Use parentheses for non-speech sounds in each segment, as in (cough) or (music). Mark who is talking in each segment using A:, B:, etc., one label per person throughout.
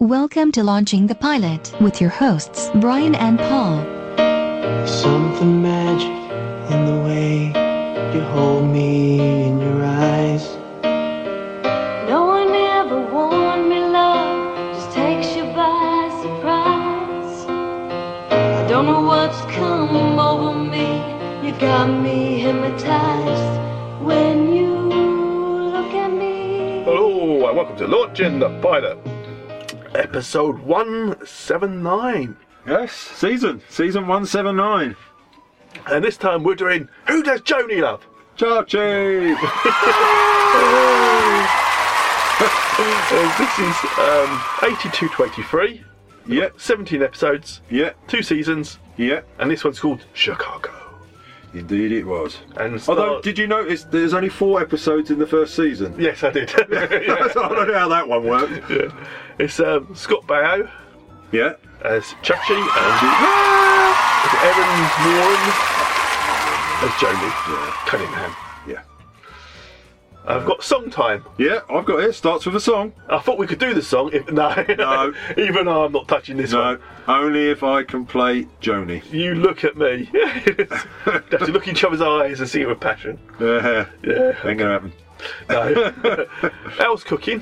A: Welcome to Launching the Pilot with your hosts, Brian and Paul.
B: There's something magic in the way you hold me in your eyes.
C: No one ever warned me love just takes you by surprise. I don't know what's come over me. You got me hypnotized when you look at me.
D: Hello and welcome to Launching the Pilot.
E: Episode 179.
D: Yes, season, season 179.
E: And this time we're doing Who Does Joni Love?
D: Chachi!
E: Uh, this is um, 8223,
D: yeah,
E: 17 episodes,
D: yeah,
E: two seasons,
D: yeah,
E: and this one's called Chicago.
D: indeed it was.
E: And
D: Although,
E: start-
D: did you notice there's only four episodes in the
E: (laughs)
D: first season?
E: Yes, I did.
D: (laughs) I don't know how that one worked.
E: Yeah. It's um, Scott Baio (laughs)
D: Yeah.
E: as Chachi and Erin Warren as Joni Cunningham.
D: Yeah.
E: I've got song time.
D: Yeah, I've got it. Starts with a song.
E: I thought we could do the song. If, (laughs) no,
D: No.
E: even though I'm not touching this one.
D: No, only if I can play Joni. (laughs)
E: You look at me. (laughs) Have to look in each other's eyes and see it with passion.
D: Yeah.
E: Yeah.
D: Ain't gonna happen.
E: No. (laughs) Al's cooking.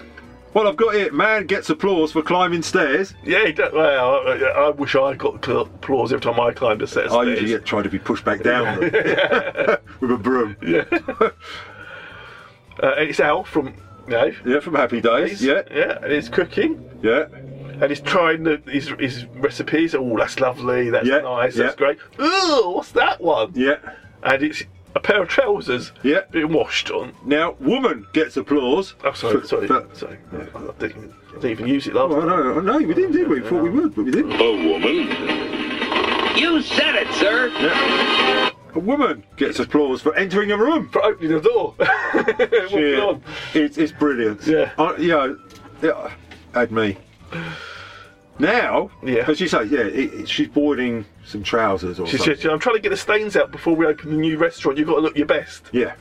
D: Well, I've got it. Man gets applause for climbing stairs.
E: Yeah, he don't, well, I, I wish I got cl- applause every time I climbed a set of
D: I
E: stairs.
D: usually get tried to be pushed
E: (laughs)
D: back down with a broom.
E: Uh, and it's Al from, you know,
D: Yeah, from Happy Days.
E: he's-
D: Yeah,
E: yeah, and he's cooking
D: yeah.
E: and he's trying the, his, his recipes. Oh, that's lovely, that's
D: Yeah,
E: nice, that's
D: yeah.
E: great. Ooh, what's that one?
D: Yeah.
E: And it's a pair of trousers
D: Yeah.
E: being washed on.
D: Now, woman gets applause.
E: Oh, sorry,
D: (laughs) for-
E: sorry,
D: for-
E: sorry. I didn't, even- I didn't even use it last
D: oh,
E: time.
D: no, no, we didn't, did we? We thought we would, but we didn't.
F: A woman? You said it, sir.
D: A woman gets applause for entering a room.
E: For opening the door. (laughs) Walking
D: Yeah.
E: on.
D: It's, it's brilliant.
E: Oh, Yeah.
D: I, you know, yeah, add me. Now,
E: Yeah.
D: as you say, yeah, it, it- she's boarding some trousers or
E: She
D: something.
E: said, I'm trying to get the stains out before we open the new restaurant. You've got to look your best.
D: yeah.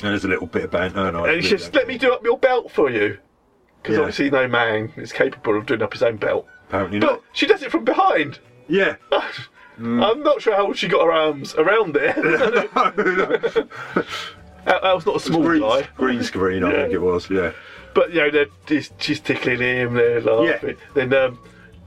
D: And there's a little bit of banter. And, I
E: And
D: agree
E: it's just,
D: with that.
E: let me do up your belt for you. Because
D: Yeah.
E: obviously, no man is capable of doing up his own belt.
D: Apparently not.
E: But she does it from behind.
D: Yeah. (laughs)
E: I'm not sure how she got her arms around there. Al- Al's not a small
D: green,
E: guy.
D: green screen, I think it was. Yeah.
E: But, you know, they're, she's- she's tickling him, they're laughing. Then, um,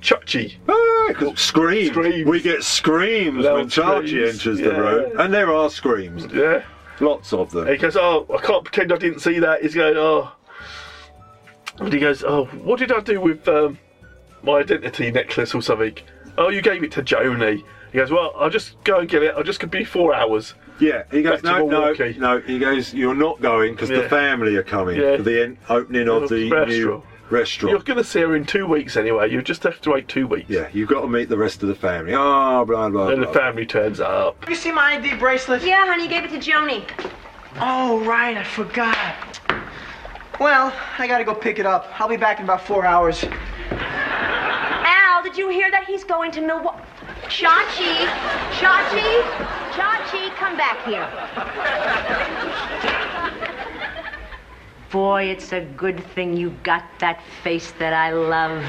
E: Chachi.
D: Ah, 'cause screams.
E: Screams.
D: We get screams
E: Loud
D: when Chachi
E: screams.
D: enters
E: Yeah.
D: the room, and there are screams,
E: Yeah.
D: lots of them.
E: And he goes, Oh, I can't pretend I didn't see that. He's going, Oh. And he goes, Oh, what did I do with um, my identity necklace or something? Oh, you gave it to Joni. He goes, Well, I'll just go and get it. I'll just be four hours.
D: Yeah, he
E: Back
D: goes,
E: to
D: no, no,
E: Milwaukee."
D: no. He goes, you're not going because
E: Yeah.
D: the family are coming
E: Yeah.
D: for the en- opening of
E: The
D: the
E: restaurant.
D: new
E: You're
D: restaurant.
E: going to see her in two weeks anyway. You just have to wait two weeks.
D: Yeah, you've got to meet the rest of the family. Ah, blah blah.
E: And the
D: blah.
E: family turns
D: (laughs)
E: up.
G: You see my ID bracelet?
H: Yeah, honey, you gave it to Joni.
G: Oh, right, I forgot. Well, I gotta go pick it up. I'll be back in about four hours.
H: Al, did you hear that he's going to Milwaukee? Chachi, Chachi, Chachi, come back here. Boy, it's a good thing you got that face that I love.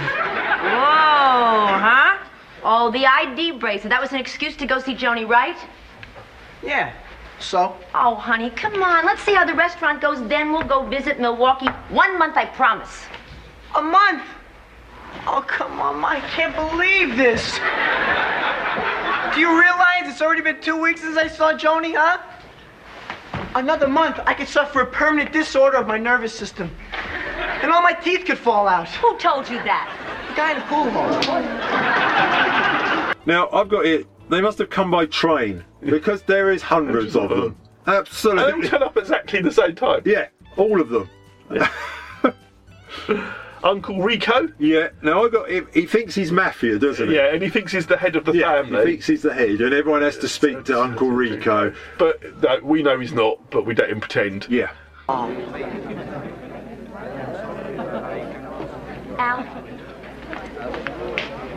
H: Whoa, huh? Oh, the ID bracelet. That was an excuse to go see Joni, right?
G: Yeah. So?
H: Oh, honey, come on. Let's see how the restaurant goes, then we'll go visit Milwaukee. One month, I promise.
G: A month? Oh, come on, Ma, I can't believe this. Do you realize it's already been two weeks since I saw Joni, huh? Another month, I could suffer a permanent disorder of my nervous system. And all my teeth could fall out.
H: Who told you that?
G: The guy in the pool hall.
D: Now I've got it. They must have come by train because there is hundreds of them.
E: And they all
D: Absolutely.
E: turn up exactly the same time.
D: Yeah, all of them.
E: Uncle Rico.
D: Yeah. Now I got. He, he thinks he's mafia, doesn't he?
E: Yeah, and he thinks he's the head of the
D: Yeah, he
E: family.
D: thinks he's the head, and everyone has to speak to Uncle Rico.
E: But no, we know he's not, but we let him pretend.
D: Yeah.
H: Al.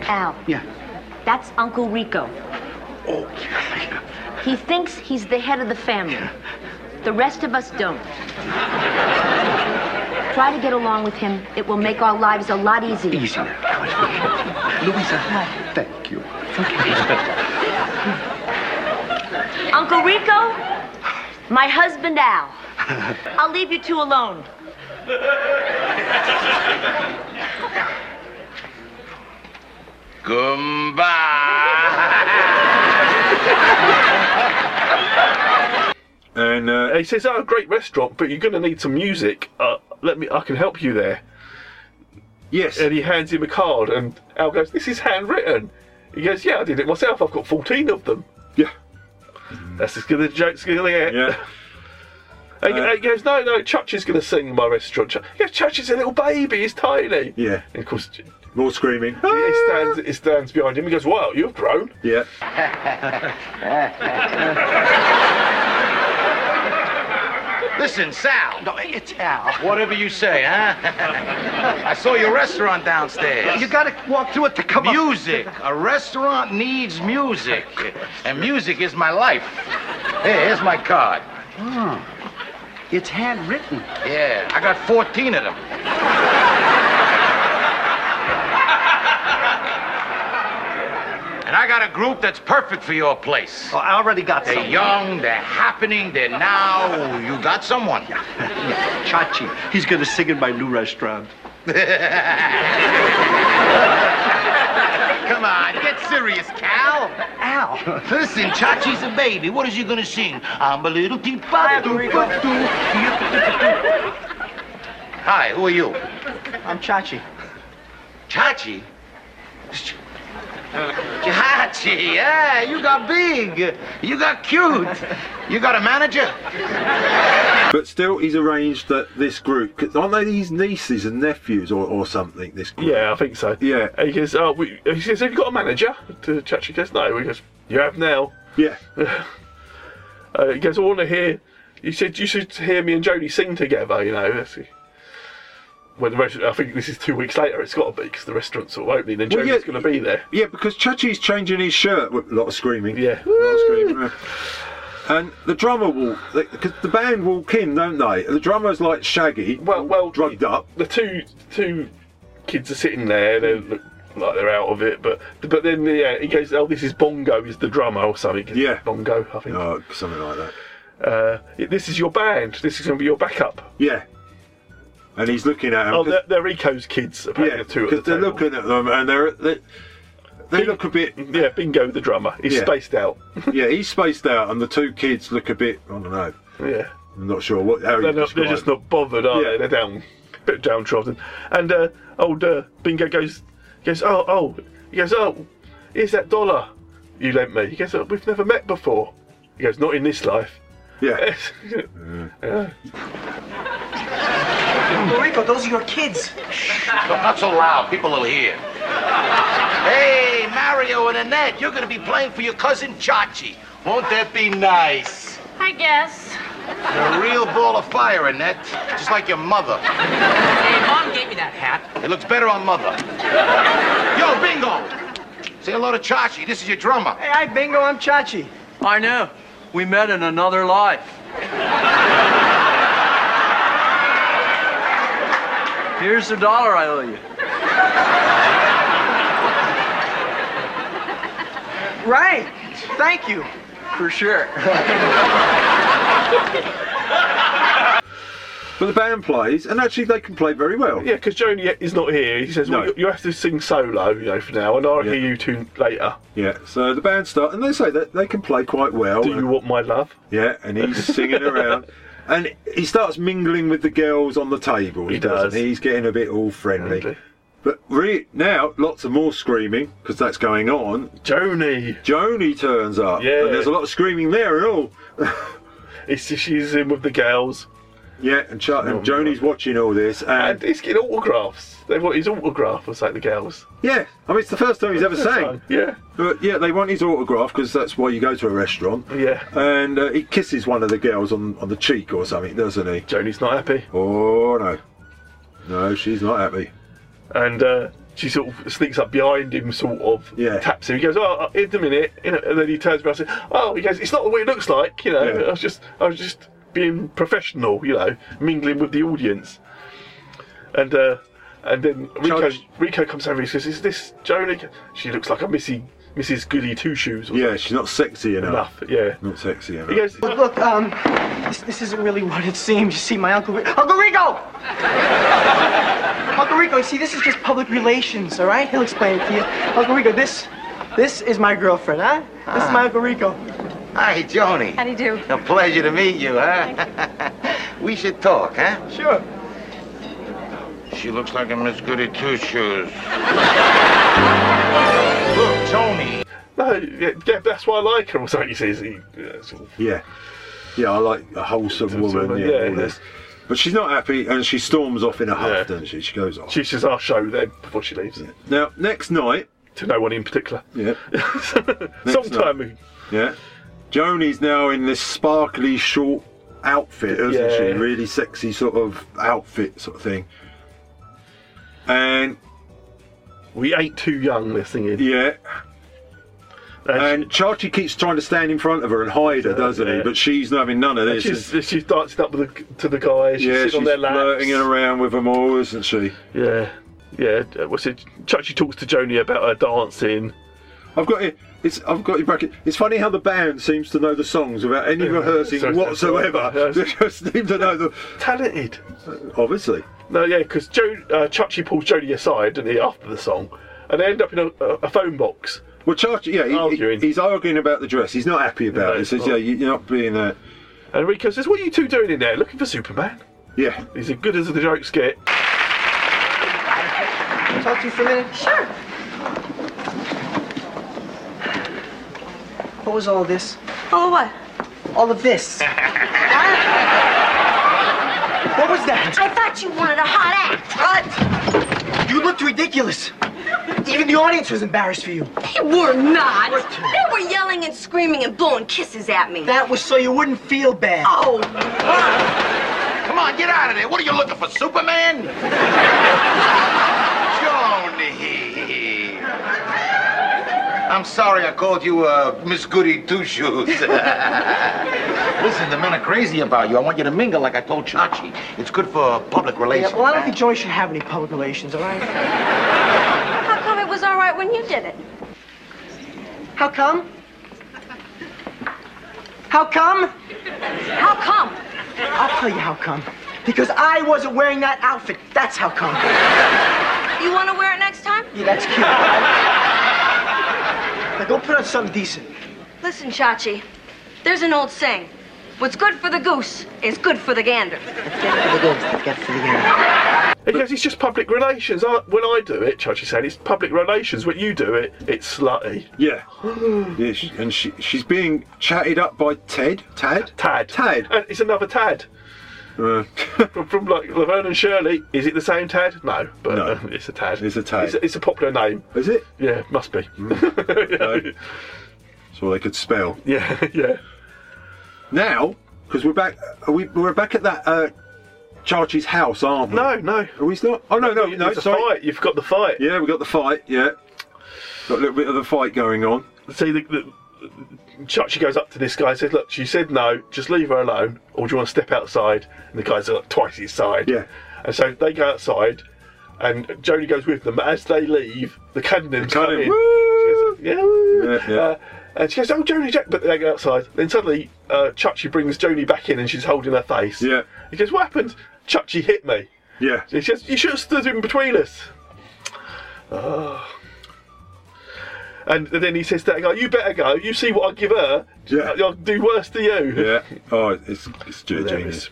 H: Al.
G: Yeah.
H: That's Uncle Rico.
F: Oh,
H: He thinks he's the head of the family. The rest of us don't. Try to get along with him. It will make our lives a lot easier.
F: Easy now. That was good. Louisa, thank you.
H: (laughs) Uncle Rico, my
F: (laughs)
H: husband Al. I'll leave you two alone.
D: And uh,
E: He says, "Oh, great restaurant, but you're going to need some music. Uh, let me, I can help you there."
D: yes,
E: And he hands him a card, and Al goes, "This is handwritten." He goes, "Yeah, I did it myself. I've got 14 of them."
D: yeah,
E: That's as good a joke's going to get.
D: yeah.
E: And he- he goes, "No, no, Church is going to sing in my restaurant." Chuck- He goes, "Church is a little baby. He's tiny."
D: Yeah.
E: And of course,
D: More screaming.
E: he stands, he stands behind him. He goes, "Wow, you've grown."
D: Yeah.
I: Listen, Sal. No, it's Al. Whatever you say,
G: (laughs)
I: huh? I saw your restaurant downstairs.
G: You gotta walk through it to come up.
I: music. A restaurant needs music, and music is my life. Hey, here's my card.
G: Hmm. It's handwritten.
I: Yeah, I got 14 of them. And I got a group that's perfect for your place.
G: Oh, I already got
I: They're
G: some.
I: young, they're happening, they're now. You got someone.
G: Chachi. He's gonna sing in my new restaurant.
I: Come on, get serious, Cal.
G: Al.
I: Listen, Chachi's a baby. What is he gonna sing? I'm a little teapot. Hi, who are you?
G: I'm Chachi.
I: Chachi? Chachi, yeah, you got big. You got cute. You got a manager?
D: But still, he's arranged that this group, 'cause aren't they these nieces and nephews or, or something? This group?
E: Yeah, I think so.
D: Yeah.
E: And he goes, "Oh, we, he says, have you got a manager?" To Church, he goes, "No." He goes, "You have now."
D: Yeah.
E: Uh, he goes, I want to hear. He said, You should hear me and Jody sing together, you know. That's it. When the rest, I think this is two weeks later, it's got to be because the restaurant's sort of opening and
D: Well,
E: Jody's
D: yeah,
E: going to be there.
D: Yeah, because Chachi's changing his shirt with a lot of screaming.
E: Yeah.
D: A lot of screaming. And the drummer will, because the band walk in, don't they? The drummer's like shaggy,
E: Well, well,
D: drugged up.
E: The two two kids are sitting there. They look like they're out of it, but but then yeah, he goes, "Oh, this is Bongo, is the drummer or something."
D: Yeah.
E: Bongo, I think.
D: Oh, something like that.
E: Uh, this is your band. This is going to be your backup.
D: Yeah. And he's looking at him.
E: Oh, they're, they're Rico's kids. Apparently,
D: yeah,
E: the two at the
D: because they're
E: table.
D: looking at them and they're they, they look a bit.
E: Yeah, Bingo the drummer. He's
D: Yeah.
E: spaced out. (laughs)
D: Yeah, he's spaced out, and the two kids look a bit. I don't know.
E: yeah.
D: I'm not sure what how you
E: They're, not, they're
D: describe
E: just not bothered, are
D: Yeah.
E: they? They're down, bit downtrodden. And uh, old uh, Bingo goes, goes, oh, oh, he goes, oh, here's that dollar you lent me. He goes, oh, we've never met before. He goes, not in this life. (laughs)
D: Yeah,
G: Rico, those are your kids.
I: No, not so loud. People will hear. Hey, Mario and Annette, you're gonna be playing for your cousin Chachi. Won't that be nice?
C: I guess.
I: You're a real ball of fire, Annette. Just like your mother.
J: Hey, Mom gave me that hat.
I: It looks better on mother. Yo, Bingo! Say hello to Chachi. This is your drummer.
G: Hey, hi, Bingo. I'm Chachi.
J: I know. We met in another life. Here's the dollar I owe you.
G: Right. Thank you.
J: For sure.
D: but the band plays, and actually they can play very well.
E: Yeah, because Joni is not here. He says, well,
D: No.
E: you, you have to sing solo, you know, for now, and I'll
D: Yeah.
E: hear you two later.
D: Yeah, so the band start, and they say that they can play quite well.
E: Do you want my love?
D: Yeah, and he's
E: (laughs)
D: singing around, and he starts mingling with the girls on the table. He,
E: He does.
D: does. He's getting a bit all friendly.
E: Friendly.
D: But re- now, lots of more screaming because that's going on.
E: Joni!
D: Joni turns up,
E: Yeah.
D: and there's a lot of screaming there and all.
E: It's, she's in with the girls,
D: Yeah, and, Ch- and Joni's watching all this,
E: and
D: and
E: he's getting autographs. They want his autograph, or something, the girls.
D: yeah, I mean it's the first time he's ever sang.
E: Yeah.
D: But yeah, they want his autograph because that's why you go to a restaurant.
E: Yeah.
D: And uh, he kisses one of the girls on, on the cheek or something, doesn't he?
E: Joni's not happy.
D: Oh no, no, she's not happy.
E: and uh, she sort of sneaks up behind him, sort of
D: Yeah.
E: taps him. He goes, "Oh, in a minute," you know, and then he turns around and says, "Oh," he goes, "It's not the way it looks like," you know.
D: Yeah.
E: I was just, I was just being professional, you know, mingling with the audience. and uh, and then Rico
D: Judge-
E: Rico comes over and he says, "Is this Joni?" She looks like a Missy Mrs. Goody Two Shoes. or
D: Yeah, she's not sexy enough.
E: Yeah.
D: Not sexy enough.
E: He goes,
G: Look, look, um, this, this isn't really what it seems. You see, my Uncle Rico. Uncle Rico! Uncle Rico, you see, this is just public relations, all right? He'll explain it to you. Uncle Rico, this, this is my girlfriend, huh? This is my Uncle Rico.
I: Hi, Joni.
K: How do you do?
I: A pleasure to meet you, huh? we should talk, huh?
G: Sure.
I: She looks like a Miss Goody Two Shoes. Look, Tony.
E: "No, yeah, yeah, that's why I like her." Or something. He says, he, yeah, sort of-
D: Yeah. Yeah, I like a wholesome woman.
E: woman,
D: Yeah,
E: yeah,
D: all this. But she's not happy and she storms off in a huff, doesn't she? She goes off.
E: She says, "I'll show them before she leaves."
D: Now, next night.
E: To no one in particular.
D: Yeah.
E: Some time ago.
D: Yeah. Joni's now in this sparkly short outfit, isn't she?
E: Yeah.
D: Really sexy sort of outfit sort of thing. And
E: we ain't too young, this thing is.
D: Yeah. And Chachi keeps trying to stand in front of her and hide her, doesn't he?
E: yeah.
D: But she's having none of
E: And
D: this.
E: she's, she's dancing up with the, to the guys. She's
D: yeah,
E: sitting
D: she's
E: on their laps.
D: flirting around with them all, isn't she?
E: Yeah, yeah. uh, What's it? Chuck, she talks to Joni about her dancing.
D: I've got it. It's I've got your bracket. It's funny how the band seems to know the songs without any
E: (laughs)
D: rehearsing
E: So-
D: whatsoever.
E: Yeah.
D: (laughs) They just seem to know the
E: talented.
D: Obviously,
E: No, yeah, because jo- uh, Chachi pulls Joni aside, doesn't he, after the song, and they end up in a, a, a phone box.
D: Well, Chachi, yeah, he-
E: arguing.
D: he's arguing about the dress. He's not happy about
E: No,
D: it. He says,
E: he's not.
D: "Yeah, you- you're not being a
E: and Rico says, "What are you two doing in there? Looking for Superman?"
D: yeah."
E: He's as good as the jokes get.
G: Talk to you for a minute? Sure. What was all this?
K: Oh, what?
G: All of (laughs) this. what was that?
K: I thought you wanted a hot act.
G: What? You looked ridiculous. Even the audience was embarrassed for you.
K: They were not. They were yelling and screaming and blowing kisses at me.
G: That was so you wouldn't feel bad.
K: Oh,
I: Come on, get out of there. What are you looking for, Superman? Joni. I'm sorry I called you uh, Miss Goody Two Shoes. Listen, the men are crazy about you. I want you to mingle like I told Chachi. It's good for public relations.
G: Yeah, well, I don't
I: man.
G: think Joy should have any public relations, all right?
K: how come it was all right when you did it?
G: How come? How come?
K: How come?
G: I'll tell you how come. Because I wasn't wearing that outfit. That's how come.
K: You want to wear it next time?
G: Yeah, that's cute. now go put on something decent.
K: Listen, Chachi, there's an old saying. What's good for the goose is good for the gander.
E: He goes, "It's just public relations. I, when I do it, Chachi said, it's public relations. When you do it, it's slutty."
D: Yeah. yeah she, and she, she's being chatted up by Ted. Tad?
E: Tad.
D: Tad.
E: And it's another Tad.
D: Uh, (laughs)
E: from, from like Laverne and Shirley. Is it the same Tad? No, but uh, it's a Tad.
D: It's a Tad.
E: It's a, it's a popular name.
D: is it?
E: Yeah, must be. (laughs)
D: Mm. That's all they could spell.
E: yeah, (laughs) yeah.
D: Now, because we're back, are we, we're back at that uh, Chachi's house, aren't we?
E: No, no.
D: Are we still? Oh, no, no, no,
E: It's a
D: sorry.
E: fight. You've got the fight.
D: Yeah, we got the fight, yeah. Got a little bit of the fight going on.
E: See, the, the, Chuck, she goes up to this guy and says, Look, she said no, just leave her alone, or do you want to step outside? And the guy's like twice his side.
D: Yeah.
E: And so they go outside, and Joni goes with them. But as they leave, the cannons come
D: cannon,
E: in. She goes, yeah, woo."
D: Yeah, yeah.
E: Uh, and she goes, Oh, Joni, Jack. But they go outside. Then suddenly, uh, Chuck, she brings Joni back in and she's holding her face.
D: Yeah.
E: He goes, What happened? Chuck, she hit me.
D: Yeah.
E: He says, You should have stood in between us. Oh. And then he says to that guy, You better go. You see what I give her.
D: Yeah.
E: I'll do worse to you.
D: Yeah. Oh, it's, it's just genius.
E: Hilarious.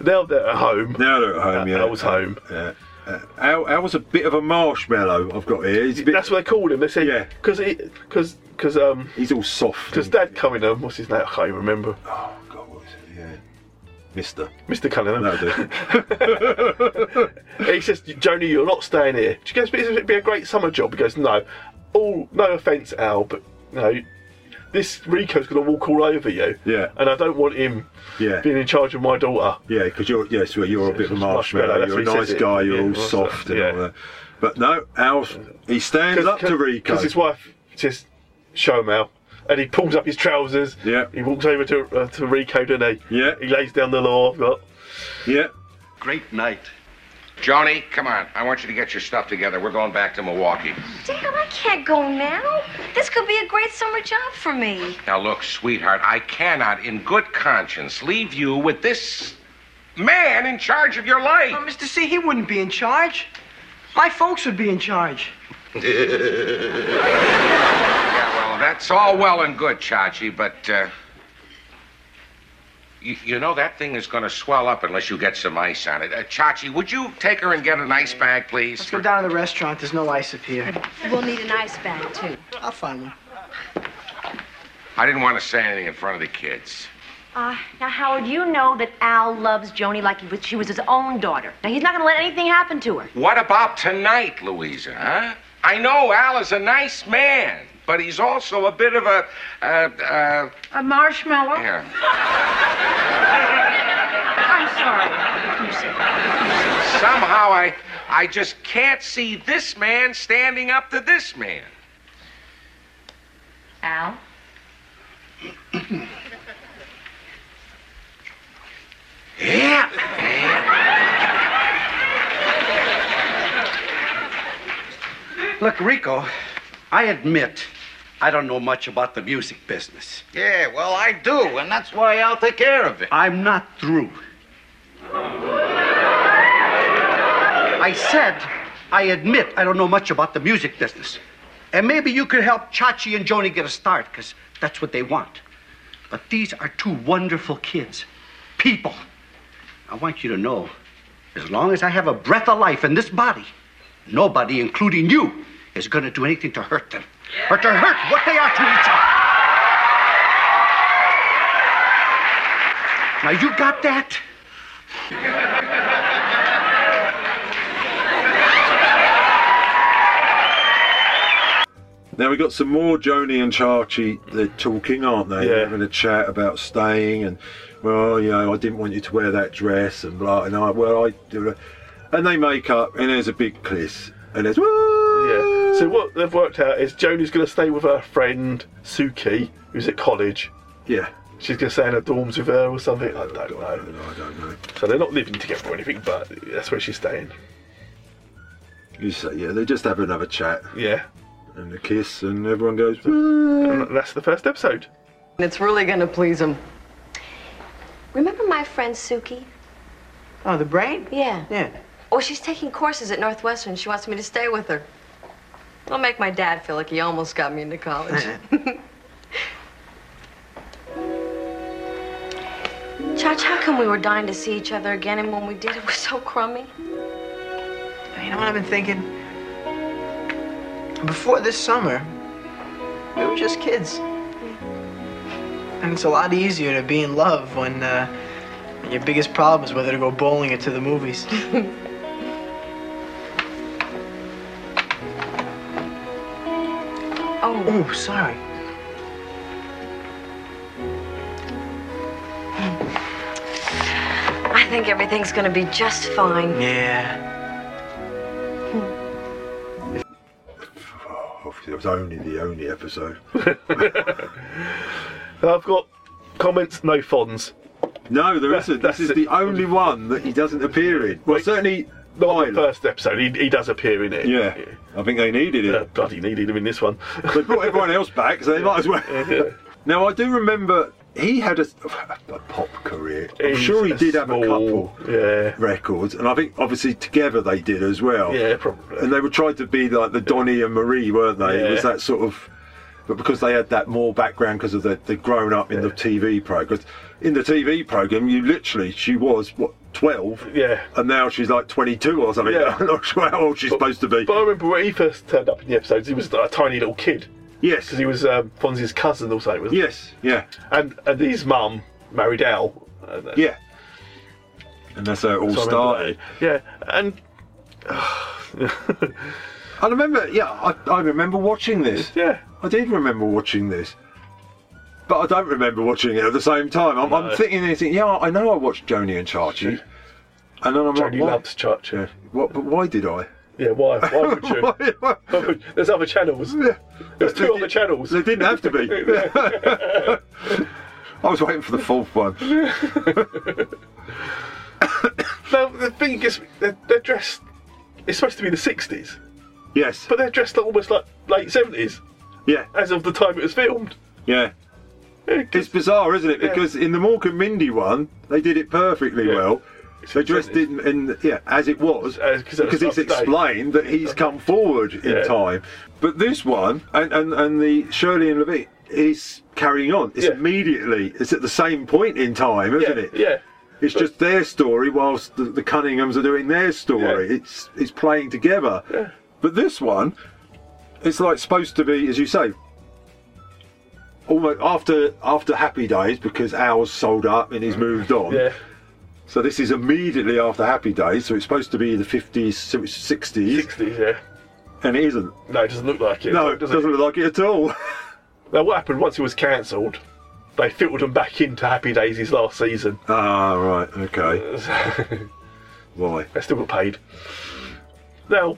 E: Now they're at home.
D: Now they're at home, yeah.
E: Al's home.
D: Yeah. Uh, Al, Al's a bit of a marshmallow, I've got here. He's, a bit,
E: That's what they called him. They said,
D: Yeah.
E: Because, because, because, um,
D: he's all soft.
E: because
D: and-
E: dad coming home, what's his name? I can't even remember.
D: Oh, God, what is it? Yeah. Mister.
E: Mr. Cunningham.
D: That'll
E: (laughs)
D: do.
E: He says, Joni, you're not staying here. She goes, but it'd be a great summer job. He goes, no. All, no offence, Al, but no, this Rico's going to walk all over you.
D: Yeah.
E: And I don't want him
D: Yeah.
E: being in charge of my daughter.
D: Yeah, because you're yes, well, you're a bit of a marshmallow.
E: Marshmallow, that's
D: you're a
E: what he
D: nice
E: says it.
D: guy. You're
E: Yeah,
D: all
E: well,
D: soft and
E: yeah.
D: all that. But no, Al, he stands up to Rico.
E: Because his wife says, show him, Al. And he pulls up his trousers.
D: Yeah.
E: He walks over to uh, to Rico, doesn't he?
D: Yeah.
E: He lays down the law. I've got.
D: Yeah,
I: Great night. Joni, come on. I want you to get your stuff together. We're going back to Milwaukee.
K: Damn, I can't go now. This could be a great summer job for me.
I: Now, look, sweetheart, I cannot, in good conscience, leave you with this man in charge of your life.
G: Oh, Mr. C, he wouldn't be in charge. My folks would be in charge.
I: yeah, well, that's all well and good, Chachi, but uh, you, you know that thing is going to swell up unless you get some ice on it. Uh, Chachi, would you take her and get an ice bag, please?
G: Let's go down to the restaurant. There's no ice up here.
K: We'll need an ice bag, too.
G: I'll find one.
I: I didn't want to say anything in front of the kids.
H: Uh, now, Howard, you know that Al loves Joni like he was, she was his own daughter. Now, he's not going to let anything happen to her.
I: What about tonight, Louisa, huh? I know Al is a nice man, but he's also a bit of a. Uh, uh,
H: A marshmallow?
I: yeah.
H: (laughs) I'm sorry. You said-
I: Somehow I, I just can't see this man standing up to this man.
H: Al?
I: Yeah.
L: Look, Rico, I admit I don't know much about the music business.
I: Yeah, well, I do, and that's why I'll take care of it.
L: I'm not through. I said I admit I don't know much about the music business. And maybe you could help Chachi and Joni get a start, because that's what they want. But these are two wonderful kids, people. I want you to know as long as I have a breath of life in this body, nobody, including you, is going to do anything to hurt them or to hurt what they are to each other. Now, you got that?
D: Now we got some more Joni and Chachi. They're talking, aren't they? They're having a chat about staying and well, you know, I didn't want you to wear that dress and blah. And I well, I and they make up and there's a big kiss and there's
E: Yeah. So what they've worked out is Joni's going to stay with her friend Suki, who's at college.
D: Yeah.
E: She's going to stay in her dorms with her or something. I don't know. I don't know. So they're not living together or anything, but that's where she's staying.
D: you say yeah. They just have another chat
E: Yeah.
D: and a kiss and everyone goes.
E: And that's the first episode.
M: It's really gonna please him.
K: Remember my friend Suki?
G: Oh, the brain?
K: Yeah.
G: Yeah.
K: Oh, she's taking courses at Northwestern. She wants me to stay with her. I'll make my dad feel like he almost got me into college. Chach, how come we were dying to see each other again, and when we did, it was so crummy?
G: You know what I've been thinking? Before this summer, we were just kids. And it's a lot easier to be in love when, uh, when your biggest problem is whether to go bowling or to the movies.
K: oh.
G: Oh, sorry.
K: I think everything's gonna be just fine.
G: Yeah.
D: Obviously, Oh, it was only the only episode.
E: I've got comments, no fons.
D: No, there isn't. This is the only one that he doesn't appear in. Well, certainly
E: not on the first episode. He, he does appear in it. Uh,
D: Yeah. I think they needed it.
E: bloody needed him in this one. (laughs)
D: they brought everyone else back, so they might as well. now I do remember he had a, a pop career. I'm
E: He's
D: sure he
E: a
D: did have a
E: small-
D: couple records, and I think obviously together they did as well.
E: Yeah, probably.
D: And they were trying to be like the Donny and Marie, weren't they? It was
E: Yeah.
D: that sort of. But because they had that more background because of the, the grown up in the TV program. In the TV program, you literally she was what twelve.
E: Yeah.
D: And now she's like twenty two or something.
E: Yeah.
D: (laughs) I'm not sure how old she's supposed to be.
E: But I remember when he first turned up in the episodes, he was a tiny little kid.
D: Yes.
E: Because he was um, Fonzie's cousin or something, wasn't
D: Yes, yeah.
E: he? And, and his mum married Al. And, uh,
D: Yeah. And that's how it all
E: So I remember
D: started.
E: Yeah, and
D: I remember, yeah, I, I remember watching this.
E: Yeah.
D: I did remember watching this. But I don't remember watching it at the same time. I'm,
E: No.
D: I'm thinking, and thinking, yeah, I know I watched Joni and Chachi. And then I'm
E: Joni
D: like, why?
E: loves Chachi.
D: What, but why did I?
E: Yeah, why? Why would
D: (laughs)
E: you? Why would- (laughs) There's other channels. There's two other channels.
D: They didn't have to be.
E: (laughs)
D: (laughs) I was waiting for the fourth one.
E: Now, the thing is, they're, they're dressed. It's supposed to be the 60s.
D: Yes.
E: But they're dressed almost like late 70s.
D: Yeah.
E: As of the time it was filmed.
D: Yeah. It's bizarre, isn't it? Because in the Morgan Mindy one, they did it perfectly well. They dressed it in, in yeah as it was
E: Uh, 'cause that was
D: because it's
E: upstate.
D: explained that he's come forward in
E: Yeah.
D: time. But this one and, and, and the Shirley and Levitt is carrying on. It's immediately. It's at the same point in time, isn't it?
E: Yeah.
D: It's just their story whilst the, the Cunninghams are doing their story. It's it's playing together. But this one, it's like supposed to be, as you say, almost after after Happy Days because Al's sold up and he's moved on.
E: Yeah.
D: So this is immediately after Happy Days, so it's supposed to be the 50s, 60s.
E: 60s, yeah.
D: And it isn't.
E: No, it doesn't look like it.
D: No, it doesn't look like it at all.
E: now, what happened once it was cancelled? They filtered them back into Happy Days his last season. (laughs)
D: (laughs) Ah, right, okay. Why?
E: They still got paid. Now,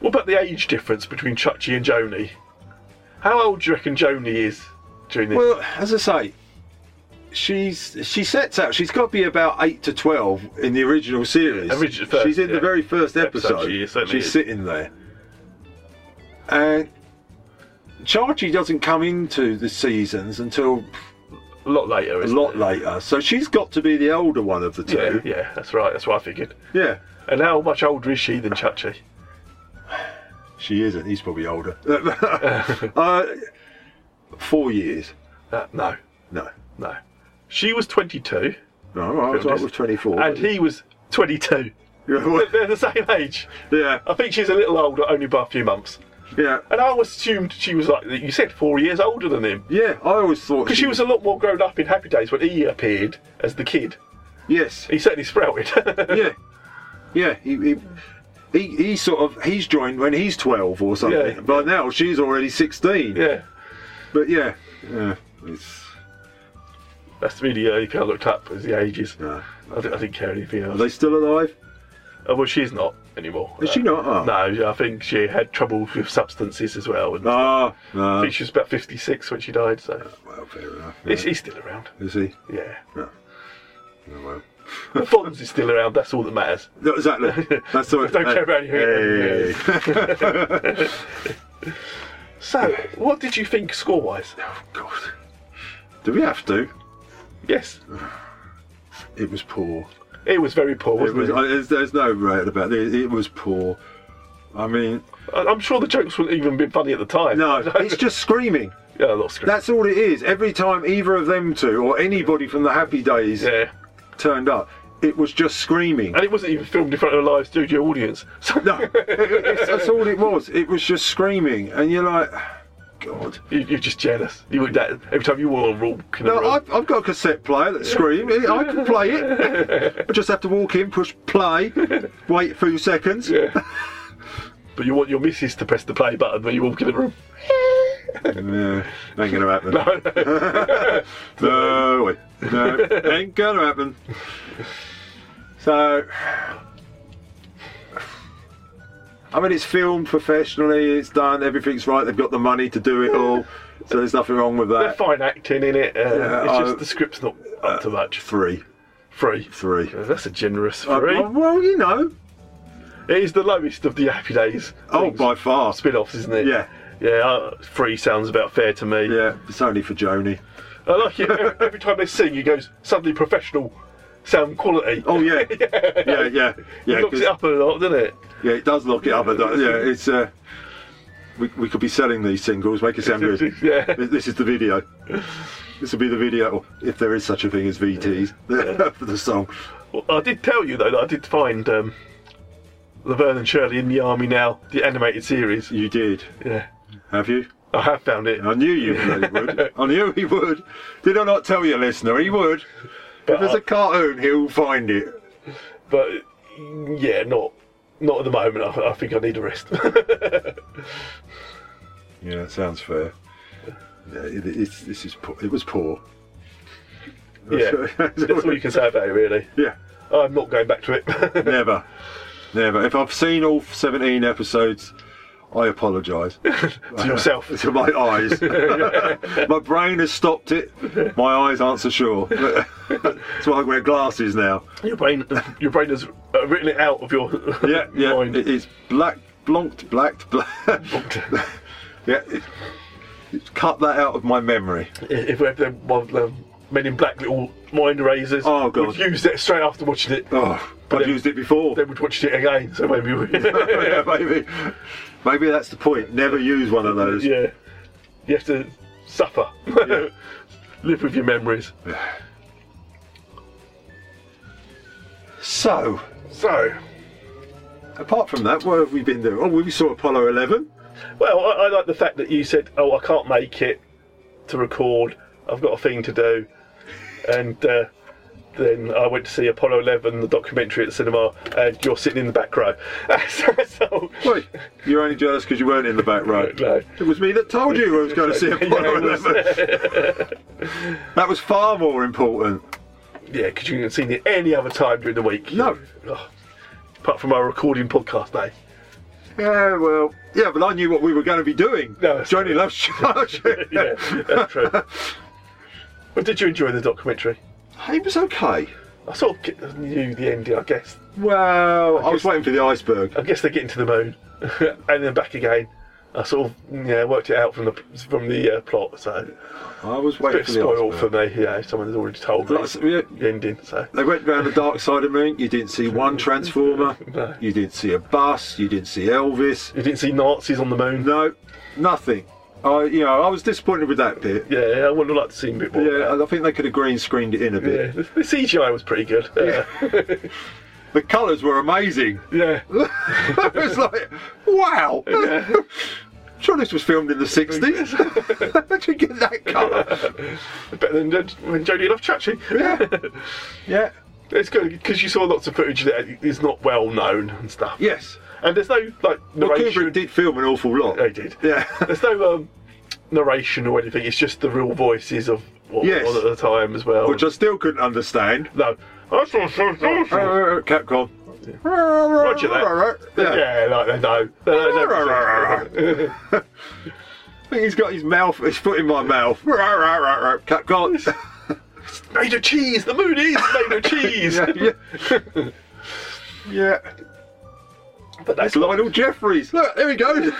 E: what about the age difference between Chachi and Joni? How old do you reckon Joni is during this?
D: Well, as I say, she's she sets out. She's got to be about eight to twelve in the original series.
E: Origi- first,
D: she's in
E: yeah.
D: the very first
E: Episode,
D: episode.
E: she certainly
D: she's
E: is.
D: sitting there, and Chachi doesn't come into the seasons until
E: a lot later.
D: A lot later. So she's got to be the older one of the
E: yeah,
D: two.
E: yeah, that's right. That's what I figured.
D: Yeah.
E: And how much older is she than Chachi?
D: She isn't. He's probably older. (laughs) uh, four years.
E: Uh, no.
D: No.
E: No. She was 22.
D: No, I was, I was 24.
E: And he was 22.
D: well-
E: They're- They're the same age.
D: (laughs) Yeah.
E: I think she's a little older, only by a few months.
D: Yeah.
E: (laughs) And I always assumed she was like, you said four years older than him.
D: Yeah, I always thought.
E: Because she, was a lot more grown up in Happy Days when he appeared as the kid.
D: Yes.
E: He certainly sprouted. (laughs)
D: yeah. Yeah. He, he, he, he sort of he's joined when he's twelve or something.
E: Yeah.
D: By now she's already sixteen.
E: Yeah.
D: But yeah. Yeah. It's.
E: That's really the only thing I looked up was the ages. I, didn't, I didn't care anything else.
D: Are they still alive?
E: Uh, well, she's not anymore.
D: Is she not? Oh.
E: No, I think she had trouble with substances as well. And
D: Ah.
E: I
D: No.
E: think she was about 56 when she died, so.
D: Well, fair enough.
E: He's, he's still around.
D: Is he?
E: Yeah.
D: No. No, well.
E: Fonz is still around, that's all that matters. (laughs)
D: No, exactly. That's all.
E: Don't care about you.
D: Hey.
E: So, what did you think score wise?
D: (laughs)
E: Oh,
D: God. Do we have to?
E: Yes.
D: It was poor.
E: It was very poor,
D: It
E: wasn't
D: was,
E: it?
D: I, there's, there's no right about it. It was poor. I mean,
E: I, am sure the jokes wouldn't even been funny at the time. (laughs)
D: No, it's just screaming.
E: Yeah, a lot of screaming.
D: That's all it is. Every time either of them two or anybody from the Happy Days
E: Yeah.
D: turned up, it was just
E: (laughs)
D: screaming.
E: And it wasn't even filmed in front of a live studio audience. (laughs)
D: (laughs)
E: So
D: no, It's- that's all it was. It was just screaming, and you're like, God.
E: You, you're just jealous. You would that every time you were on walk in the
D: No,
E: room.
D: I've, I've got a cassette player that screams. I can
E: (laughs)
D: play it. I just have to walk in, push play, wait a few seconds.
E: Yeah. But you want your missus to press the play button when you walk in the room. (laughs)
D: Yeah, ain't gonna happen. No, no, way. no, ain't gonna happen. So, I mean, it's filmed professionally. It's done. Everything's right. They've got the money to do it all. So there's nothing wrong with
E: They're
D: that.
E: fine acting in it. Uh,
D: Yeah,
E: it's
D: I- uh,
E: just the script's not up to much.
D: Three,
E: Three.
D: three.
E: Uh, That's a generous
D: Uh,
E: three.
D: uh, well, you know.
E: It is the lowest of the Happy Days.
D: Oh, by far.
E: Spin-offs, isn't it?
D: Yeah.
E: Yeah, uh, three sounds about fair to me.
D: Yeah, it's only for Joni.
E: I like it. Every, every time they sing, he goes suddenly professional sound quality. (laughs)
D: Oh yeah, yeah, yeah, yeah.
E: It knocks
D: 'cause-
E: it up a lot, doesn't it?
D: Yeah, it does look it up. It does, yeah, it's. Uh, we, we could be selling these singles. Make
E: (laughs)
D: it sound good.
E: Yeah.
D: This this is the video. This will be the video, or if there is such a thing as VTs for (laughs) the song.
E: Well, I did tell you though that I did find um, Laverne and Shirley in the Army Now, the animated series.
D: You did,
E: Yeah,
D: have you?
E: I have found it.
D: I knew you bloody
E: (laughs)
D: would. I knew he would. Did I not tell you, listener? He would. if there's a cartoon, he'll find it.
E: But yeah, not not at the moment. I, I think I need a rest. (laughs)
D: Yeah, that sounds fair. Yeah, it, it's, this is poor. It was poor. (laughs)
E: yeah, that's all you can say about it, really.
D: Yeah.
E: I'm not going back to it. (laughs)
D: Never. Never. If I've seen all 17 episodes, I apologise. (laughs)
E: to yourself.
D: to my
E: (laughs)
D: eyes. my brain has stopped it. My eyes aren't so sure. That's why I wear glasses now.
E: Your brain, your brain has uh, written it out of your
D: (laughs) yeah, yeah. It is black, blonked, blacked, black. (laughs) yeah, it, it's cut that out of my memory.
E: If we have them, one of them Men in Black little mind erasers,
D: Oh, God.
E: we'd used it straight after watching it.
D: Oh, I've used it before.
E: Then we'd watched it again, so maybe
D: (laughs)
E: we. (laughs)
D: yeah, maybe. Maybe that's the point. Never use one of those.
E: Yeah. You have to suffer. (laughs) Live with your memories.
D: So,
E: so.
D: Apart from that, what have we been doing? Oh, we saw Apollo 11.
E: Well, I, I like the fact that you said, "Oh, I can't make it to record. I've got a thing to do," and uh, then I went to see Apollo Eleven, the documentary at the cinema, and you're sitting in the back row. (laughs) so, so
D: Wait, you're only jealous because you weren't in the back row.
E: No.
D: It was me that told you I was going
E: (laughs)
D: to see Apollo 11. That was far more important.
E: Yeah, because you could have seen it any other time during the week. No. apart from our recording podcast day.
D: Yeah, well, yeah, but I knew what we were going to be doing. No, Johnny loves Charge.
E: (laughs) yeah, that's true. But did you enjoy the documentary?
D: It was okay.
E: I sort of get- knew the ending, I guess.
D: Well, I, was waiting for the iceberg.
E: I guess they get into the moon (laughs) and then back again. I sort of yeah worked it out from the from the uh, plot. So
D: I was
E: it's a
D: waiting
E: bit
D: for the
E: spoiled for
D: iceberg.
E: me. Yeah, someone has already told me
D: Lots- yeah.
E: the ending. So
D: They went round the dark side of the moon. You didn't see
E: (laughs)
D: one transformer. You didn't see a bus. You didn't see Elvis.
E: You didn't see Nazis on the moon.
D: No, nothing. I, you know, I was disappointed with that bit.
E: yeah, I would have liked to see a bit more.
D: Yeah, and I think they could have green screened it in a
E: Yeah,
D: bit.
E: the, the CGI was pretty good. Uh, Yeah.
D: (laughs) The colours were amazing. (laughs)
E: Yeah.
D: it was like, wow. Sure, this was filmed in
E: (laughs)
D: the 60s. How did you get that colour?
E: (laughs) Better than, than Jodie Love Chachi.
D: Yeah. Yeah.
E: (laughs) It's good because you saw lots of footage that is not well known and stuff.
D: Yes.
E: And there's no like
D: Well,
E: narration.
D: Kubrick did film an awful lot.
E: they did.
D: Yeah. (laughs)
E: There's no um, narration or anything. It's just the real voices of what
D: Yes.
E: was at the time as well.
D: Which I still couldn't understand. (laughs)
E: No.
D: Capcom.
E: Roger that. Yeah, like they know. They know- they know.
D: (laughs) I think he's got his mouth, his foot in my
E: (laughs)
D: mouth. Capcom.
E: made of cheese. The moon is made of
D: (laughs)
E: cheese.
D: yeah, (laughs) yeah. yeah.
E: But
D: That's Lionel Jeffries. Look, there he goes.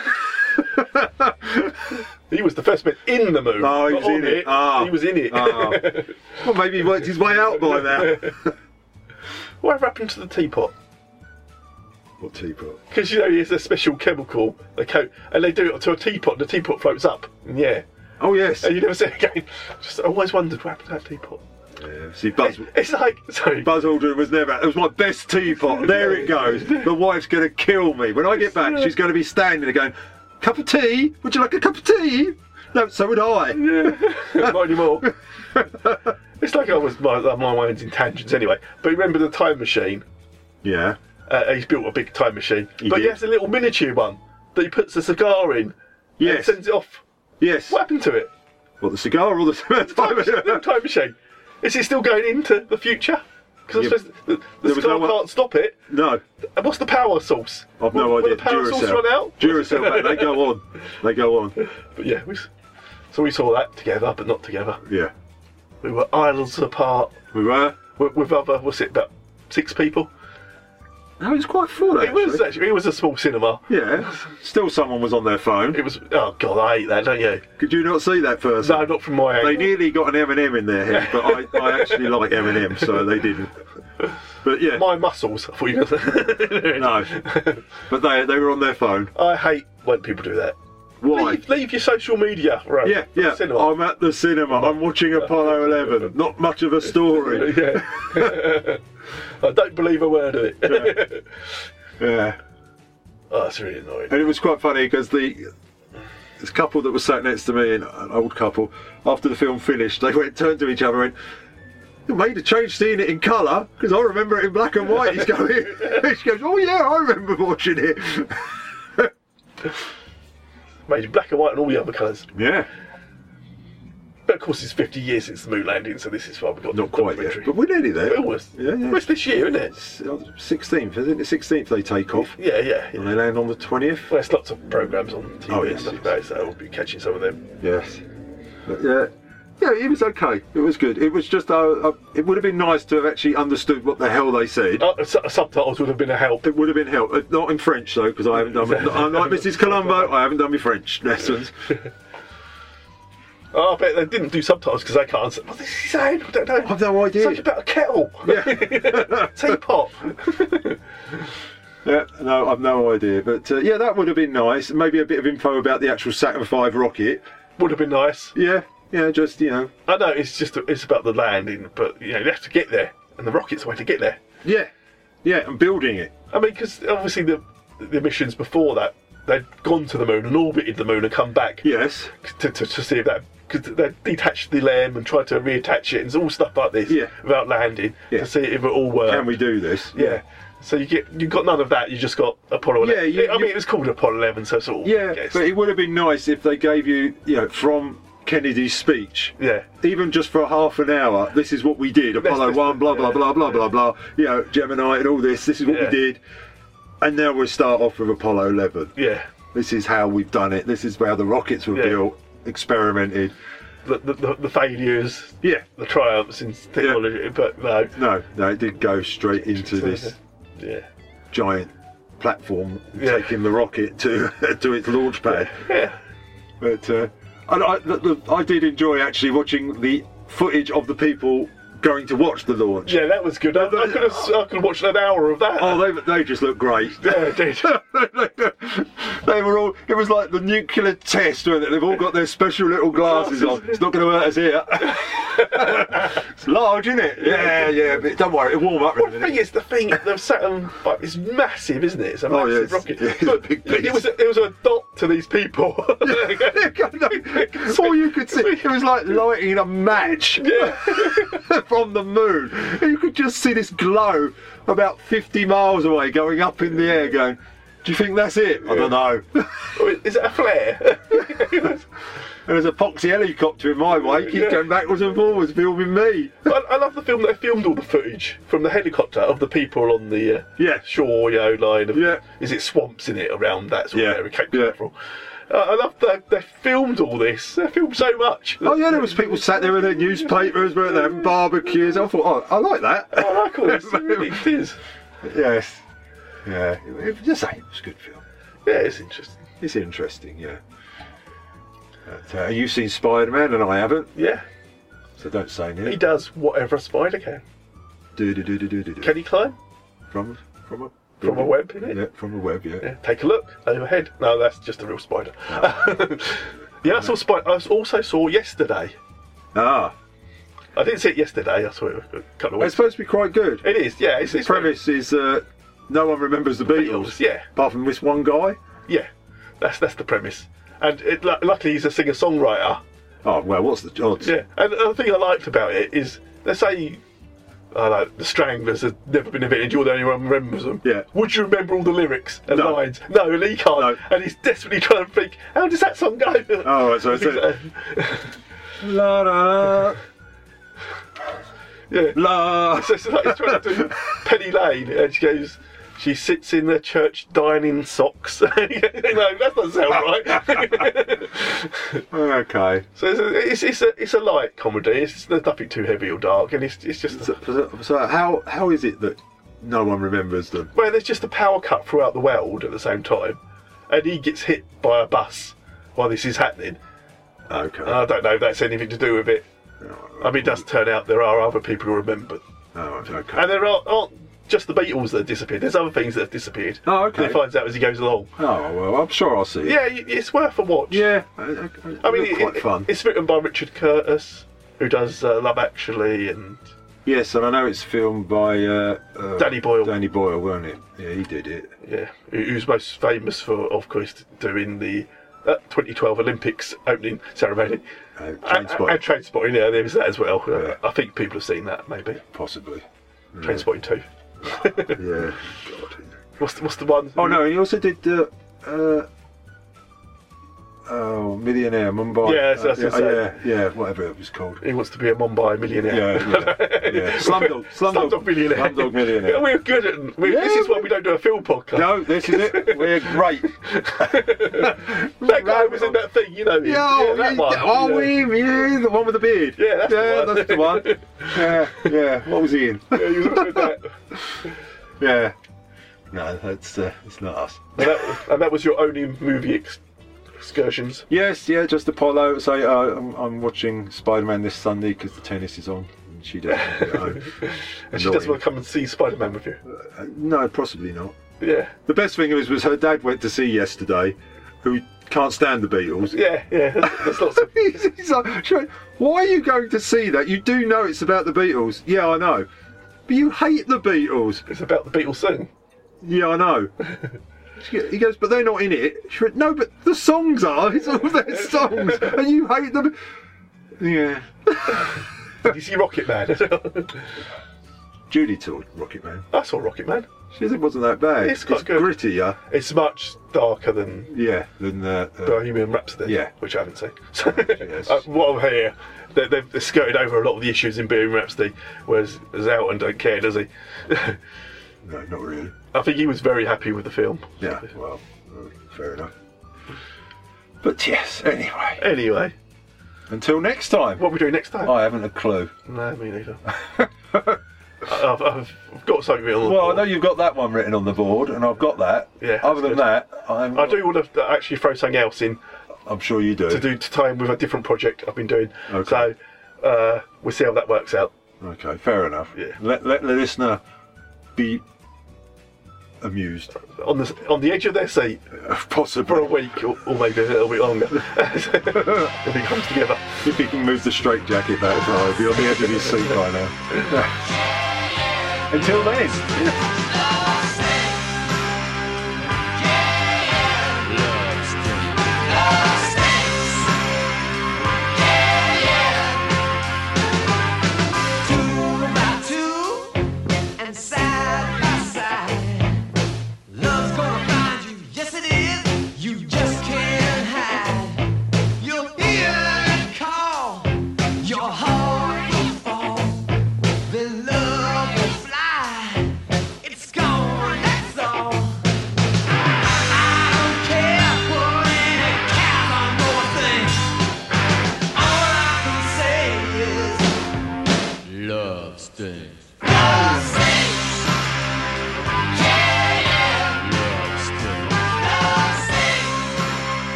E: He was the first man in the moon.
D: Oh, he
E: not
D: was in
E: on
D: it. Ah.
E: He was in it. (laughs)
D: Ah. (laughs) well, maybe he worked his way out by now.
E: what happened to the teapot?
D: What teapot?
E: Because you know, it's a special chemical they coat, and they do it to a teapot. The teapot floats up in the air,
D: Oh yes.
E: and you never see it again. (laughs) Just always wondered what happened to that teapot.
D: Yeah, see, Buzz.
E: It's like (laughs) sorry,
D: Buzz Aldrin was never. It was my best teapot. There it goes. The wife's gonna kill me when I get back. She's gonna be standing there going, "Cup of tea? Would you like a cup of tea?" No, so would I.
E: not
D: (laughs)
E: anymore. it's like I was my my mind's in tangents anyway. But remember the time machine?
D: Yeah.
E: Uh, he's built a big time machine,
D: He
E: but he
D: did.
E: has a little miniature one that he puts a cigar in. and
D: Yes.
E: sends it off.
D: Yes.
E: What happened to it?
D: What the (laughs) cigar or the
E: time machine. time machine. Is it still going into the future? Because
D: Yeah,
E: I suppose the,
D: there
E: the
D: was
E: scar
D: no one-
E: can't stop it.
D: (laughs) No,
E: And what's the power source?
D: I've no
E: Will- will
D: idea.
E: the power source run out?
D: Duracell, mate, they go on. They go on.
E: But yeah, we, s- so we saw that together, but not together.
D: Yeah.
E: We were islands apart
D: We were.
E: with, with other, what's it, about six people?
D: No, it's quite full.
E: It was actually, it was a small cinema.
D: uh, Yeah. Still, someone was on their phone.
E: It was, oh god, I hate that, don't you?
D: Could you not see that person?
E: No, not from my
D: They
E: angle.
D: nearly got an M&M in their head, but I, I actually like M&M, so they didn't. But yeah,
E: My muscles, I thought you were gonna
D: no. But they they were on their phone.
E: say. (laughs) I hate when people do that.
D: Why?
E: Leave, leave your social media, right?
D: Yeah,
E: for the
D: yeah.
E: Cinema.
D: I'm at the cinema. I'm watching Apollo 11. Not much of a story.
E: yeah. I don't believe a word of it.
D: Yeah.
E: (laughs) oh, that's really annoying.
D: And it was quite funny because the this couple that was sat next to me, an, an old couple, after the film finished, they went turned to each other and went, made a change seeing it in colour because I remember it in black and white. He's going, (laughs) she goes, oh yeah, I remember watching it.
E: Made in black and white and all the other colours.
D: Yeah.
E: But of course, it's 50 years since the moon landing, so this is why we've got
D: Not quite yet, but we're nearly there.
E: Almost.
D: Yeah, yeah.
E: Where's this year, isn't it?
D: Sixteenth, isn't it? Sixteenth they take off.
E: Yeah, yeah.
D: And they land on the twentieth.
E: Well, there's lots of programmes on TV
D: Oh,
E: and
D: yes,
E: stuff like that, so we'll be catching some of them.
D: Yes. But, yeah. Yeah, it was okay. It was good. It was just, uh, uh, it would have been nice to have actually understood what the hell they said.
E: Oh, uh, subtitles would have been a help.
D: It would have been help. Uh, Not in French though, because I haven't done. I'm (laughs) like Mrs. Columbo. I haven't done my French (laughs) lessons.
E: Oh, I bet they didn't do subtitles because they can't. What is he saying? I don't know. I've
D: no idea.
E: Something about a kettle. Yeah. (laughs)
D: (laughs)
E: Teapot.
D: Yeah, no, I've no idea. But uh, yeah, that would have been nice. Maybe a bit of info about the actual Saturn V rocket.
E: Would have been nice.
D: Yeah, yeah, just you know.
E: I know it's just it's about the landing, but you know you have to get there, and the rocket's the way to get there.
D: Yeah, yeah, and building it.
E: I mean, because obviously the the missions before that they'd gone to the moon and orbited the moon and come back.
D: Yes.
E: To, to, to see if that because they detached the limb and tried to reattach it and it's all stuff like this. Yeah. Without landing to see if it all worked.
D: Can we do this?
E: Yeah. So you get you got none of that. You just got Apollo.
D: Yeah,
E: 11.
D: you-
E: I mean,
D: you-
E: it was called Apollo 11, so sort of.
D: Yeah, but it would have been nice if they gave you, you know, from Kennedy's speech.
E: Yeah.
D: Even just for half an hour, this is what we did. Apollo
E: this-
D: one, blah blah blah blah blah blah. You know, Gemini and all this. This is what
E: Yeah.
D: we did. And now we'll start off with Apollo eleven.
E: Yeah.
D: This is how we've done it. This is how the rockets were built, experimented.
E: The, the, the, the failures.
D: Yeah.
E: The triumphs in technology, but no.
D: No, no, it did go straight into this
E: Yeah.
D: giant platform, taking the rocket to (laughs) to its launch pad.
E: Yeah.
D: But uh, and I, the, the, I did enjoy actually watching the footage of the people going to watch the launch.
E: Yeah, that was good. I, I could have I could have watched an hour of that.
D: Oh, they, they just looked great.
E: (laughs)
D: (laughs)
E: Yeah, it did.
D: they were all. It was like the nuclear test, wasn't it? They've all got their special little glasses on. It's not going to hurt us here. (laughs) it's large, isn't it? Yeah, yeah. But don't worry, it'll warm up. in a
E: The
D: minute.
E: thing is, the thing, the Saturn like, is massive, isn't it? (laughs) It's a
D: Oh,
E: massive
D: yeah, it's-
E: rocket.
D: yeah, it's a
E: But
D: big beast.
E: It was a, it was a dot to these people. (laughs)
D: (laughs) all you could see it was like lighting a match (laughs) from the moon you could just see this glow about 50 miles away going up in the air going do you think that's it i don't know
E: is it a flare (laughs)
D: there's a foxy helicopter in my way keeps going backwards and forwards filming me (laughs)
E: I, I love the film. They filmed all the footage from the helicopter of the people on the uh,
D: yeah.
E: shore, you know, line. Of,
D: Yeah.
E: Is it swamps in it around that sort of area? Cape Canaveral. Uh, I love that they filmed all this. They filmed so (laughs) much.
D: Oh yeah, there was people sat there with their newspapers, weren't there? And barbecues. I thought, oh, I like that. (laughs)
E: I like all (laughs) this. It really is.
D: Yes. Yeah. It, it, just saying, it was a good film.
E: Yeah, it's interesting.
D: It's interesting, yeah. But, uh, you've seen Spider Man, and I haven't,
E: Yeah.
D: so don't say
E: He
D: anything.
E: does whatever a spider can.
D: Do do do do do do. do.
E: Can he climb?
D: From from a
E: From a web, isn't it?
D: Yeah, from a web. Yeah.
E: Yeah, take a look overhead. No, that's just a real spider. (laughs) yeah, I saw spider. I also saw yesterday.
D: Ah.
E: I didn't see it yesterday. I saw it a couple of
D: It's
E: weeks.
D: supposed to be quite good.
E: It is. Yeah, it's,
D: The
E: it's
D: premise is uh, no one remembers the Beatles,
E: Beatles, yeah.
D: apart from this one guy.
E: Yeah, that's that's the premise. And it, lu- luckily, he's a singer-songwriter.
D: Oh well, what's the odds?
E: Yeah, and the thing I liked about it is they say, I don't know, the Stranglers have never been invented. You're the only one who remembers them.
D: Yeah.
E: Would you remember all the lyrics and
D: No.
E: lines? No, and he can't. And he's desperately trying to think, how does that song go?
D: Oh, right, so it's it. La la la.
E: Yeah.
D: La. (laughs)
E: So it's like he's trying to do Penny Lane, and she goes, she sits in the church dining in socks. (laughs) no, that doesn't sound right. (laughs)
D: Okay.
E: so it's a, it's, it's a it's a light comedy. It's there's nothing too heavy or dark, and it's it's just
D: So, so how how is it that no one remembers them?
E: well, there's just a power cut throughout the world at the same time, and he gets hit by a bus while this is happening.
D: Okay.
E: And I don't know if that's anything to do with it. I mean, it does turn out there are other people who remember.
D: Oh, okay.
E: And there are, aren't just the Beatles that have disappeared. There's other things that have disappeared.
D: Oh, okay.
E: And he finds out as he goes along.
D: Oh well, I'm sure I'll see it.
E: Yeah, y- it's worth a watch.
D: Yeah, I,
E: I mean, it-
D: quite
E: it-
D: fun.
E: it's written by Richard Curtis, who does uh, Love Actually, and
D: Yes, and I know it's filmed by uh, uh,
E: Danny Boyle.
D: Danny Boyle, weren't it? Yeah, he did it.
E: yeah, who- who's most famous for, of course, doing the uh, 2012 Olympics opening ceremony.
D: Uh,
E: And,
D: Trainspotting.
E: and Trainspotting, yeah, there was that as well. Uh, I think people have seen that, maybe.
D: Possibly.
E: Trainspotting too.
D: Yeah. (laughs)
E: What's the, what's the one?
D: Oh no, he also did. Uh, uh, Oh, Millionaire, Mumbai. Uh,
E: Yeah, that's- that's
D: yeah, yeah,
E: it.
D: yeah, whatever it was
E: (laughs)
D: called.
E: He wants to be a Mumbai millionaire. (laughs)
D: Yeah, yeah, yeah. Slumdog, slumdog,
E: millionaire.
D: Slumdog millionaire.
E: Yeah, we're good at. (laughs) we this is why we don't do a film podcast.
D: No, this is it. We're great.
E: (laughs) that guy was in that thing, you know.
D: Yeah,
E: yeah that one.
D: Oh,
E: yeah.
D: we, yeah, the one with the beard.
E: Yeah, that's
D: yeah,
E: the one.
D: that's the
E: (laughs)
D: one. yeah, yeah. What was he in?
E: Yeah, he was with that.
D: Yeah. No, that's uh, it's not us.
E: And that, and that was your only movie ex- excursions.
D: Yes, yeah, just Apollo. So uh, I'm, I'm watching Spider Man this Sunday because the tennis is on. And she doesn't. want to get home.
E: (laughs) And she doesn't want to come and see Spider Man with you.
D: Uh, No, possibly not.
E: Yeah.
D: The best thing was was her dad went to see yesterday, who can't stand the Beatles.
E: Yeah, yeah. That's lots of.
D: (laughs) he's, he's like, "Sure, why are you going to see that? You do know it's about the Beatles. Yeah, I know. But you hate the Beatles.
E: It's about the Beatles song.
D: Yeah,
E: (laughs)
D: I know. he goes, but they're not in it. She went, no, but the songs are. It's
E: (laughs)
D: all their songs, and you hate them. Yeah.
E: Did you see Rocket Man (laughs) as well?
D: Judy saw Rocket Man.
E: I saw Rocket Man.
D: She said it wasn't that bad.
E: It's quite good.
D: grittier.
E: It's much darker than
D: Yeah, than uh, uh,
E: Bohemian Rhapsody,
D: yeah.
E: which I haven't
D: (laughs)
E: seen. So, (laughs) uh, what I hear, they, they've, they've skirted over a lot of the issues in Bohemian Rhapsody, whereas Zouton don't care, does he?
D: No, not really.
E: I think he was very happy with the film.
D: Yeah, well, uh, fair enough. But yes, anyway.
E: Anyway.
D: Until next time.
E: What are we doing next time?
D: I haven't a clue.
E: No, me
D: (laughs)
E: neither. I- I've, I've got something written on the
D: Well, I know you've got that one written on the board, and I've got that.
E: Yeah,
D: Other
E: that's
D: than
E: good.
D: that, I'm,
E: I do want to actually throw something else in
D: I'm sure you do.
E: to do to tie in with a different project I've been doing.
D: Oh. Okay.
E: So uh, we'll see how that works out.
D: Okay, fair enough.
E: Yeah.
D: Let, let the listener be amused.
E: On the on the edge of their seat
D: possibly
E: for a week or, or maybe a little bit longer. (laughs) if it comes together.
D: If he can move the straight jacket that far, he'd be on the edge of his seat by now. Until then.